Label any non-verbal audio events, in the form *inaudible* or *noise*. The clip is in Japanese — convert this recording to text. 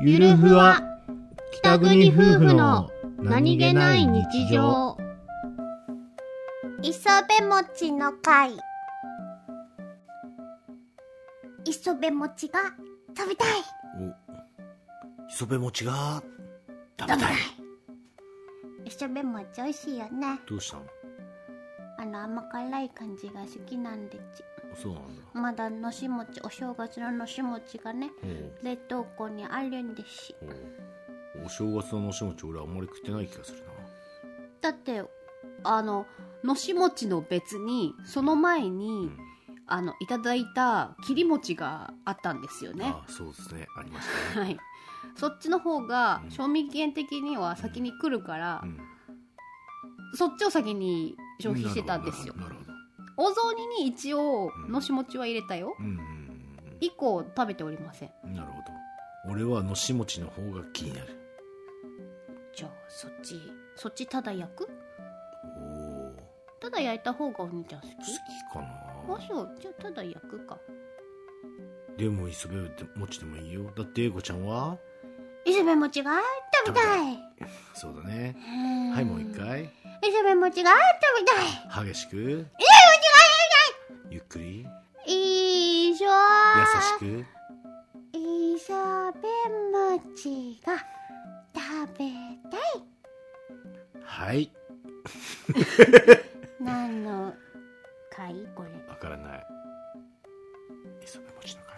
ゆるふわ北国夫婦の磯辺餅の会磯辺餅が食べたい磯辺餅が食べた食べたいい磯辺餅美味しいよねどうしたのあの甘辛い感じが好きなんでちそうなんだまだのし餅お正月ののし餅がねおう冷凍庫にあるんですしおうお正月ののし餅俺はあんまり食ってない気がするなだってあののし餅の別にその前に、んあのいただいた切り餅があったんですよねあそうですねありましたねはいそっちの方がうん賞味期限的には先に来るから、うんそっちを先に *laughs* 消費してたんですよなるほどなるほどお雑煮に一応うんのし餅は入れたようんうん以降食べておりませんうんうんなるほど俺はのし餅の方が気になるじゃあそっちそっちただ焼くおお好ただ焼いた方がお兄ちゃん好ききかあなそうじゃあただ焼くかでも磯辺餅でもいいよだって英子ちゃんは磯辺餅が食べたいそうだねははいもう一回磯辺餅が食べたい激しくゆっくりいいしょ優しくいそべん餅が食べたいはい何の会これわからない磯辺餅の会